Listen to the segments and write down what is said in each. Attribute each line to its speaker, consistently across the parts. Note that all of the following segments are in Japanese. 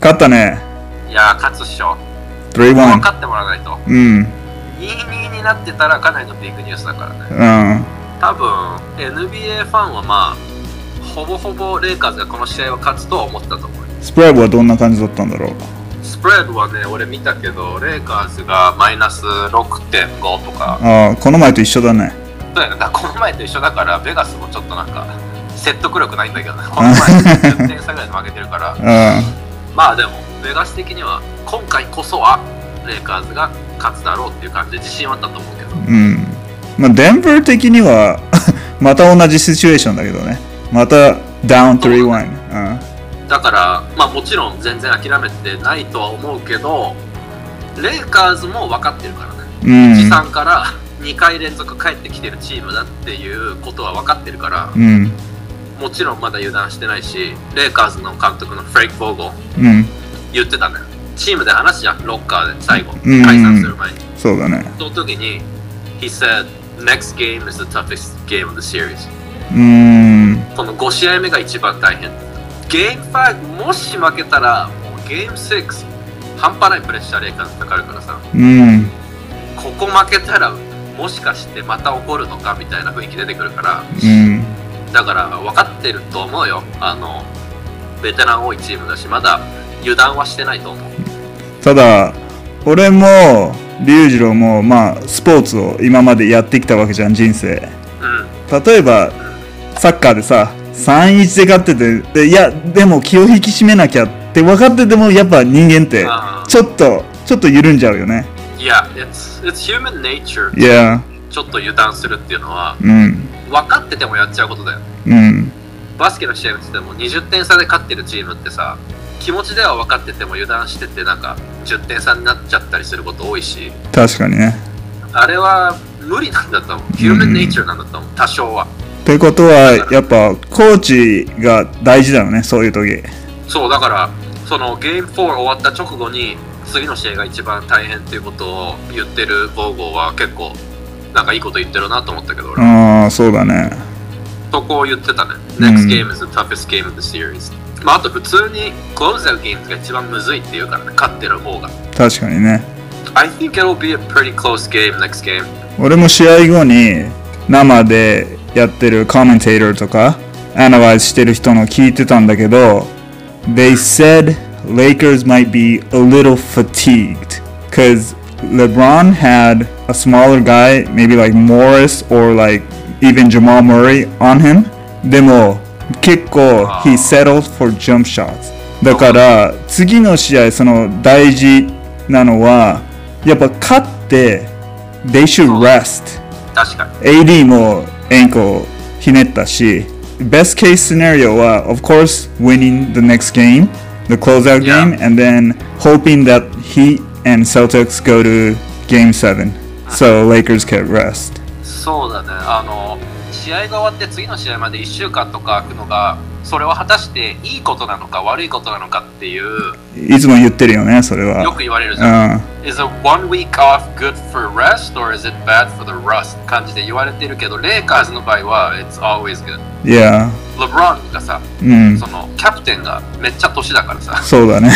Speaker 1: 勝ったね。
Speaker 2: いやー、勝つっしょ。もう
Speaker 1: 3-1。
Speaker 2: 勝ってもらわないと。
Speaker 1: うん。うん。
Speaker 2: 2-2になってたらかなりのビッグニュースだからね。多分 NBA ファンはまあほぼほぼレイカーズがこの試合は勝つとは思ったと思う
Speaker 1: スプライブはどんな感じだったんだろう。
Speaker 2: スプレードはね俺見たけどレイカーズがマイナス6.5とか
Speaker 1: ああ、この前と一緒だね。
Speaker 2: そうやねだからこの前と一緒だからベガスもちょっとなんか説得力ないんだけどねこの前10点差ぐらいで負けてるから
Speaker 1: う
Speaker 2: まあでもベガス的には今回こそはレイカーズが勝つだろうっていう感じで自信はあったと思うけど
Speaker 1: ん。うん。まあ、デンバー的には、 また同じシチュエーションだけどね。また、ダウン3-1。うん。
Speaker 2: だから、まあ、もちろん全然諦めてないとは思うけどレイカーズも分かってるからね、
Speaker 1: うん
Speaker 2: 持参から2回連続帰ってきてるチームだっていうことは分かってるから
Speaker 1: うん。
Speaker 2: もちろんまだ油断してないしレイカーズの監督のフレイク・ボーゴ
Speaker 1: うん。
Speaker 2: 言ってたねチームで話じゃんロッカーで最後
Speaker 1: うん
Speaker 2: 解散する前に、
Speaker 1: そうだね。
Speaker 2: その時に He said next game is the toughest game of the series
Speaker 1: うん。
Speaker 2: この5試合目が一番大変ゲーム5もし負けたらもうゲーム6半端ないプレッシャーレイカーズかかるからさ
Speaker 1: うん。
Speaker 2: ここ負けたらもしかしてまた起こるのかみたいな雰囲気出てくるから
Speaker 1: うん。
Speaker 2: だから分かってると思うよあのベテラン多いチームだしまだ油断はしてないと思う
Speaker 1: ただ俺も龍二郎もまあスポーツを今までやってきたわけじゃん人生
Speaker 2: うん
Speaker 1: 例えばサッカーでさ3-1で勝っててでいやでも気を引き締めなきゃって分かっててもやっぱ人間って
Speaker 2: あー
Speaker 1: ちょっとちょっと緩んじゃうよね
Speaker 2: いや、it's, it's human nature
Speaker 1: いや
Speaker 2: ちょっと油断するっていうのは
Speaker 1: うん
Speaker 2: 分かっててもやっちゃうことだよ
Speaker 1: うん
Speaker 2: バスケの試合見てても20点差で勝ってるチームってさ気持ちでは分かってても油断しててなんか10点差になっちゃったりすること多いし
Speaker 1: 確かにね
Speaker 2: あれは無理なんだと思う Human Nature なんだと思う多少は
Speaker 1: ってことはやっぱコーチが大事だよねそういう時
Speaker 2: そうだからそのゲーム4終わった直後に次の試合が一番大変っていうことを言ってるボーゴーは結構なんかいいこと言ってるなと思ったけど俺
Speaker 1: ああそうだね
Speaker 2: そこを言ってたね
Speaker 1: うん
Speaker 2: Next game is the toughest game of the series まああと普通に Close out games が一番むずいっていうからね勝ってる方が
Speaker 1: 確かにね
Speaker 2: I think it'll be a pretty close game next game.
Speaker 1: 俺も試合後に生でやってるコメンテーターとかアナライズしてる人の聞いてたんだけど They said Lakers might be a little fatigued because LeBron had a smaller guy, maybe like Morris or like even Jamal Murray on him でも結構 he settled for jump shots だから次の試合その大事なのはやっぱ勝って They should rest.
Speaker 2: 確かに。
Speaker 1: AD も ankle ひねったし、best case scenario は、of course, winning the next game, the closeout
Speaker 2: Yeah.
Speaker 1: game, and then hoping that Heat and Celtics go to game seven, so Lakers can rest.
Speaker 2: そうだね。あの、試合が終わって次の試合まで1週間とか空くのが、それは果たしていいことなのか悪いことなのかっていう、
Speaker 1: いつも言ってるよね、それ
Speaker 2: よ
Speaker 1: は
Speaker 2: く。言われるじ
Speaker 1: う
Speaker 2: ゃん。
Speaker 1: ん、
Speaker 2: Is a one week off good for rest or is it bad for the rust? 感じで言われてるけど、レイカーズの場合は、It's always good.
Speaker 1: yeah, Hmm.
Speaker 2: レブロンがさ、
Speaker 1: うん、
Speaker 2: そのキャプテンがめっちゃ年だか らさ、
Speaker 1: そうだね。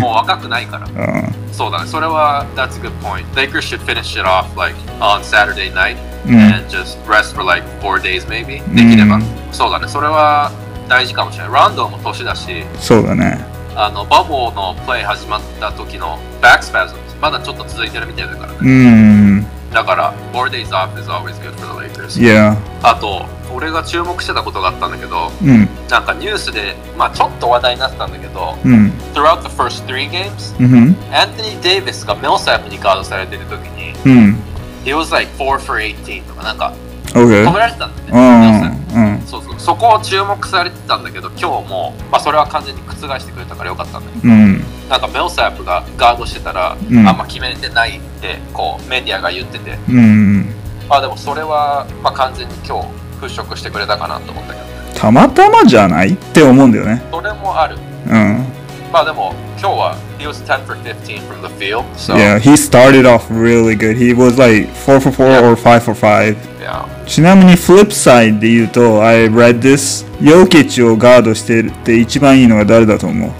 Speaker 2: もう若くないから。
Speaker 1: Uh,
Speaker 2: そうだね、それは、that's a good point. Lakers should finish it off like on Saturday night
Speaker 1: うん
Speaker 2: and just rest for like four days maybe.
Speaker 1: ん
Speaker 2: できれば。そうだね、それは大事かもしれない。ランドも年だし、
Speaker 1: そうだね。
Speaker 2: あのバボーのプレイ始まった時のバックスパズム、まだちょっと続いてるみたいだからね。
Speaker 1: うん、
Speaker 2: だから、four days off is always good for the Lakers。
Speaker 1: yeah,
Speaker 2: あと、俺が注目してたことがあったんだけど、
Speaker 1: うん、
Speaker 2: なんかニュースで、まあちょっと話題になってたんだけど、
Speaker 1: うん、
Speaker 2: throughout the first three games、
Speaker 1: うん、
Speaker 2: アントニー・デイビスがメオサップにガードされてる時に、
Speaker 1: うん、
Speaker 2: He was like 4 for 18とかなんか
Speaker 1: OK
Speaker 2: 止め。られてたんだ
Speaker 1: う
Speaker 2: よね。
Speaker 1: ん、うん、
Speaker 2: そうそうそこを注目されてたんだけど今日も、まあ、それは完全に覆してくれたからよかったんだけ
Speaker 1: うん、
Speaker 2: どなんかメオサープがガードしてたら、
Speaker 1: うん
Speaker 2: あんま決めてないってこうメディアが言ってて
Speaker 1: うん。
Speaker 2: あでもそれは、まあ、完全に今日払拭してくれたかなと思ったけど
Speaker 1: たまたまじゃないって思うんだよね。
Speaker 2: それもある
Speaker 1: うん。
Speaker 2: まあでも今日は He was 10 for 15 from the field so
Speaker 1: Yeah, he started off really good. He was like 4 for 4 or 5 for 5.
Speaker 2: yeah.
Speaker 1: ちなみにフリップサイドで言うと、I read this. ヨーキッチをガードしてるって一番いいのが誰だと思う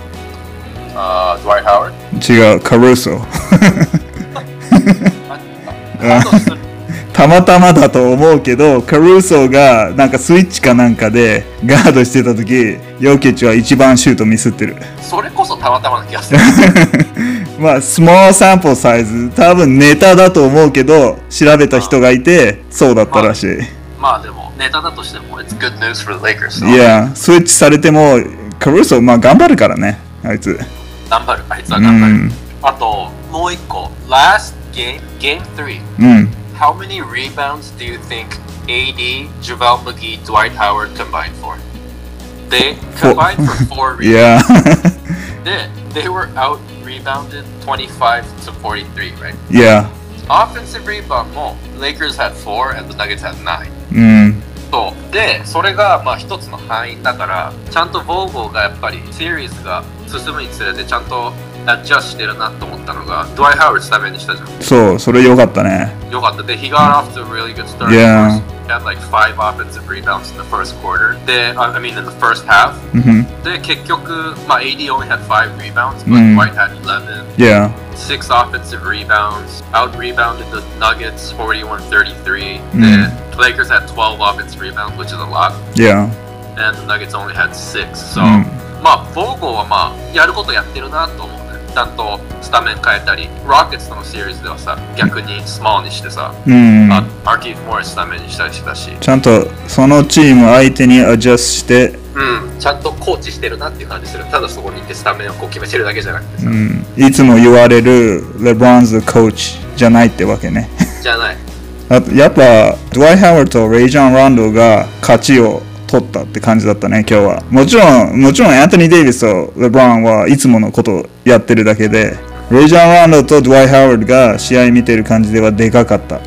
Speaker 2: ああー、ドワイ・ハワード
Speaker 1: 違う、カルーソ。
Speaker 2: あとそれ
Speaker 1: たまたまだと思うけど、カルーソがなんかスイッチかなんかでガードしてた時、ヨキッチは一番シュートミスってる。
Speaker 2: それこそたまたまな気 がする。
Speaker 1: まあ、スモールサンプルサイズ、多分ネタだと思うけど、調べた人がいて、そうだったらしい。
Speaker 2: まあでも、ネタだとしても、It's good news for the Lakers.
Speaker 1: いや、スイッチされても、カルーソ、まあ頑張るからね、あいつ。
Speaker 2: 頑張る、あいつは
Speaker 1: う
Speaker 2: 頑張る。
Speaker 1: ん、
Speaker 2: あと、もう一個、Last Game, Game 3.
Speaker 1: うん。
Speaker 2: How many rebounds do you think AD, JaVale McGee, Dwight Howard combined for? They
Speaker 1: Four.
Speaker 2: combined for four
Speaker 1: い
Speaker 2: rebounds.
Speaker 1: や、
Speaker 2: They, they were out rebounded 25 to 43, right?
Speaker 1: いや、
Speaker 2: Offensive rebound も Lakers had four and the Nuggets had nine.
Speaker 1: うん。
Speaker 2: そうでそれがまあ一つの範囲だからちゃんとボーゴーがやっぱりシリーズが進むにつれてちゃんとアジャストしてるなと思ったのがドワイ・ハウルスタメンにしたじゃん
Speaker 1: そう、それ良かったね。
Speaker 2: よかった。で、he got off to a really good start.
Speaker 1: Yeah.
Speaker 2: He had like five offensive rebounds in the first quarter. で、I I mean in the first half.
Speaker 1: うん。
Speaker 2: で、結局、まあ AD only had five rebounds, but
Speaker 1: うん
Speaker 2: White had 11.
Speaker 1: いや、
Speaker 2: Six offensive rebounds. Out rebounded the Nuggets 41-33.
Speaker 1: うん
Speaker 2: The Lakers had 12 offensive rebounds, which is a lot.
Speaker 1: いや、
Speaker 2: And the Nuggets only had six. So,
Speaker 1: うん
Speaker 2: まあ、ボーゴーはまあ、やることやってるなと思うね。ちゃんとスタメン変えたり、Rockets とのシリーズではさ、逆にスモールにしてさ、
Speaker 1: うん。
Speaker 2: あアーキーフ・モリスダメにしたりしたし、
Speaker 1: ちゃんとそのチーム相手にアジャストして、
Speaker 2: うん、ちゃんとコーチしてるなっていう感じする。ただそこにいてスタメンをこう決めてるだけじゃなくて
Speaker 1: う
Speaker 2: さ、
Speaker 1: ん、いつも言われるレブロンズコーチじゃないってわけね。
Speaker 2: じゃない。
Speaker 1: あとやっぱドワイ・ハワードとレイジャン・ランドが勝ちを取ったって感じだったね、今日は。もちろん、もちろんアントニー・デイビスとレブロンはいつものことをやってるだけで、レイジャン・ランドとドワイ・ハワードが試合見てる感じではでかかった。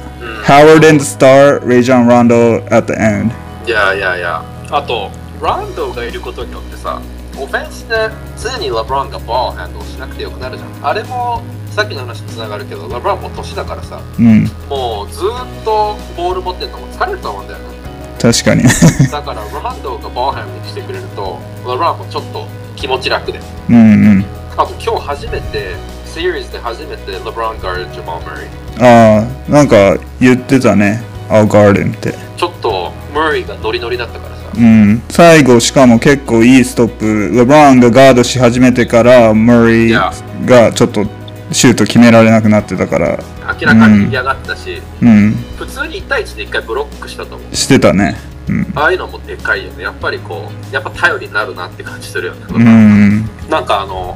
Speaker 1: ハワード and star, レイジャン・ランド at the end。
Speaker 2: いやいやいや。あと、ランドがいることによってさ、オフェンスで常にラブロンがバーをハンドルしなくてよくなるじゃん。あれもさっきの話につながるけど、ラブロンも年だからさ、
Speaker 1: うん、
Speaker 2: もうずーっとボール持ってるのも疲れると思うんだよね。
Speaker 1: 確かに。
Speaker 2: だから、ランドがバーハンドルしてくれると、ラブロンもちょっと気持ち楽で。
Speaker 1: うんうん。
Speaker 2: あと今日初めて、シリーズで初めて、レブロン・ガール・ジャマー・マリー。
Speaker 1: ああ、なんか言ってたね。I'll guard him って。
Speaker 2: ちょっと、マリーがノリノリだったからさ。
Speaker 1: うん。最後、しかも結構いいストップ。レブランがガードし始めてから、ムリーがちょっとシュート決められなくなってたから、
Speaker 2: 明らかに嫌がったし、
Speaker 1: うん。
Speaker 2: 普通に1対1で1回ブロックしたと思う。
Speaker 1: してたね。うん。
Speaker 2: ああいうのもでかいよね。やっぱりこう、やっぱ頼りになるなって感じするよね。
Speaker 1: うん。
Speaker 2: なんかあの、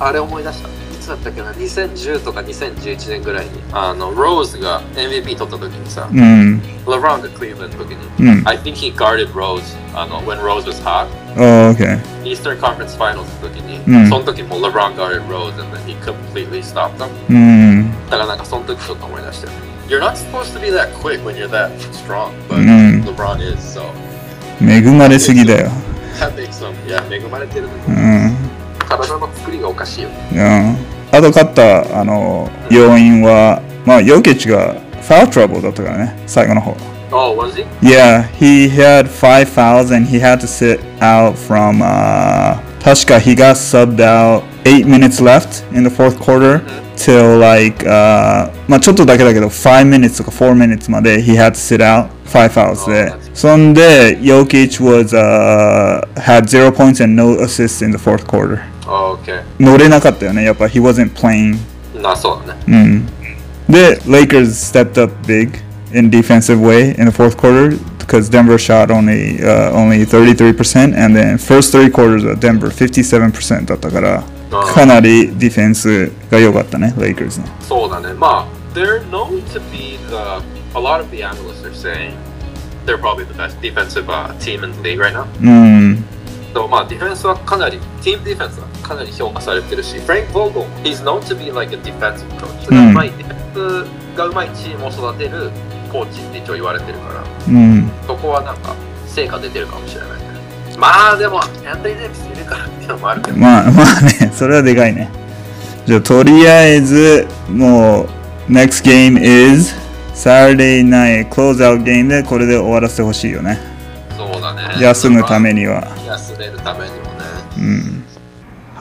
Speaker 2: あれ思い出した。いつだったっけな、2010とか2011年ぐらいに、あの、ローズが MVP 取った時にさ、
Speaker 1: うん。
Speaker 2: レブロンがクリーブランドの時に、
Speaker 1: うん。
Speaker 2: I think he guarded Rose, あの、when Rose was hot.
Speaker 1: ああ、OK。
Speaker 2: Eastern Conference Finals の時に、
Speaker 1: うん
Speaker 2: その時も LeBron guarded Rose and then he completely stopped them.
Speaker 1: うん。
Speaker 2: だからなんかその時ちょっと思い出して You're not supposed to be that quick when you're that strong, but
Speaker 1: うん
Speaker 2: LeBron is, so
Speaker 1: 恵まれすぎだよ。
Speaker 2: that makes them, yeah, 恵まれてるね。
Speaker 1: うん。
Speaker 2: 体の作りがおかしいよね。
Speaker 1: うん、あと勝ったあの要因は、まあ、ヨケチがファウルトラブルだったからね、最後の方。
Speaker 2: Oh, was he?
Speaker 1: Yeah, he had five fouls and he had to sit out from, uh, 確か he got subbed out eight minutes left in the fourth quarter till like, uh, まあちょっとだけだけど、5 minutes とか4 minutes まで he had to sit out five fouls で
Speaker 2: Oh, that's-。
Speaker 1: そんで、Jokic was, uh, had zero points and no assists in the fourth quarter.
Speaker 2: Oh, okay.
Speaker 1: 乗れなかったよね、やっぱ he wasn't playing.
Speaker 2: な、そうだね。
Speaker 1: うん。で、Lakers stepped up big in defensive way in the fourth quarter because Denver shot only, uh, only 33% and then first three quarters of Denver 57%だったから、
Speaker 2: あー
Speaker 1: かなりディフェンスが良かったね、Lakers の。
Speaker 2: そうだね。まあ、they're known to be the, a lot of the analysts are saying they're probably the best defensive、uh, team in the league right now.
Speaker 1: うん。
Speaker 2: So, まあ、ディフェンスはかなり、チームディフェンスはかなり評価されてるし、フレンク・ボーゴン、he's known to be like a defensive coach. それがうまい、ディフェンスがうまいチームを育てるコーチって一応言われてるから、
Speaker 1: うん。
Speaker 2: そこはなんか、成果出てるかもしれないね。まあ、でも、アントニー・デイビスいるからっていうのもあるけど、
Speaker 1: まあ まあね、それはでかいね。じゃあ、とりあえず、もう、next game is Saturday night closeout game でこれで終わらせてほしいよね。
Speaker 2: そうだね。
Speaker 1: 休むためには。
Speaker 2: 休めるためにもね。
Speaker 1: うん。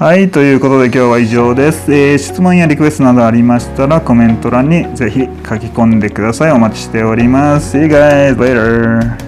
Speaker 1: はい、ということで今日は以上です。えー質問やリクエストなどありましたらコメント欄にぜひ書き込んでください。お待ちしております。See you guys later!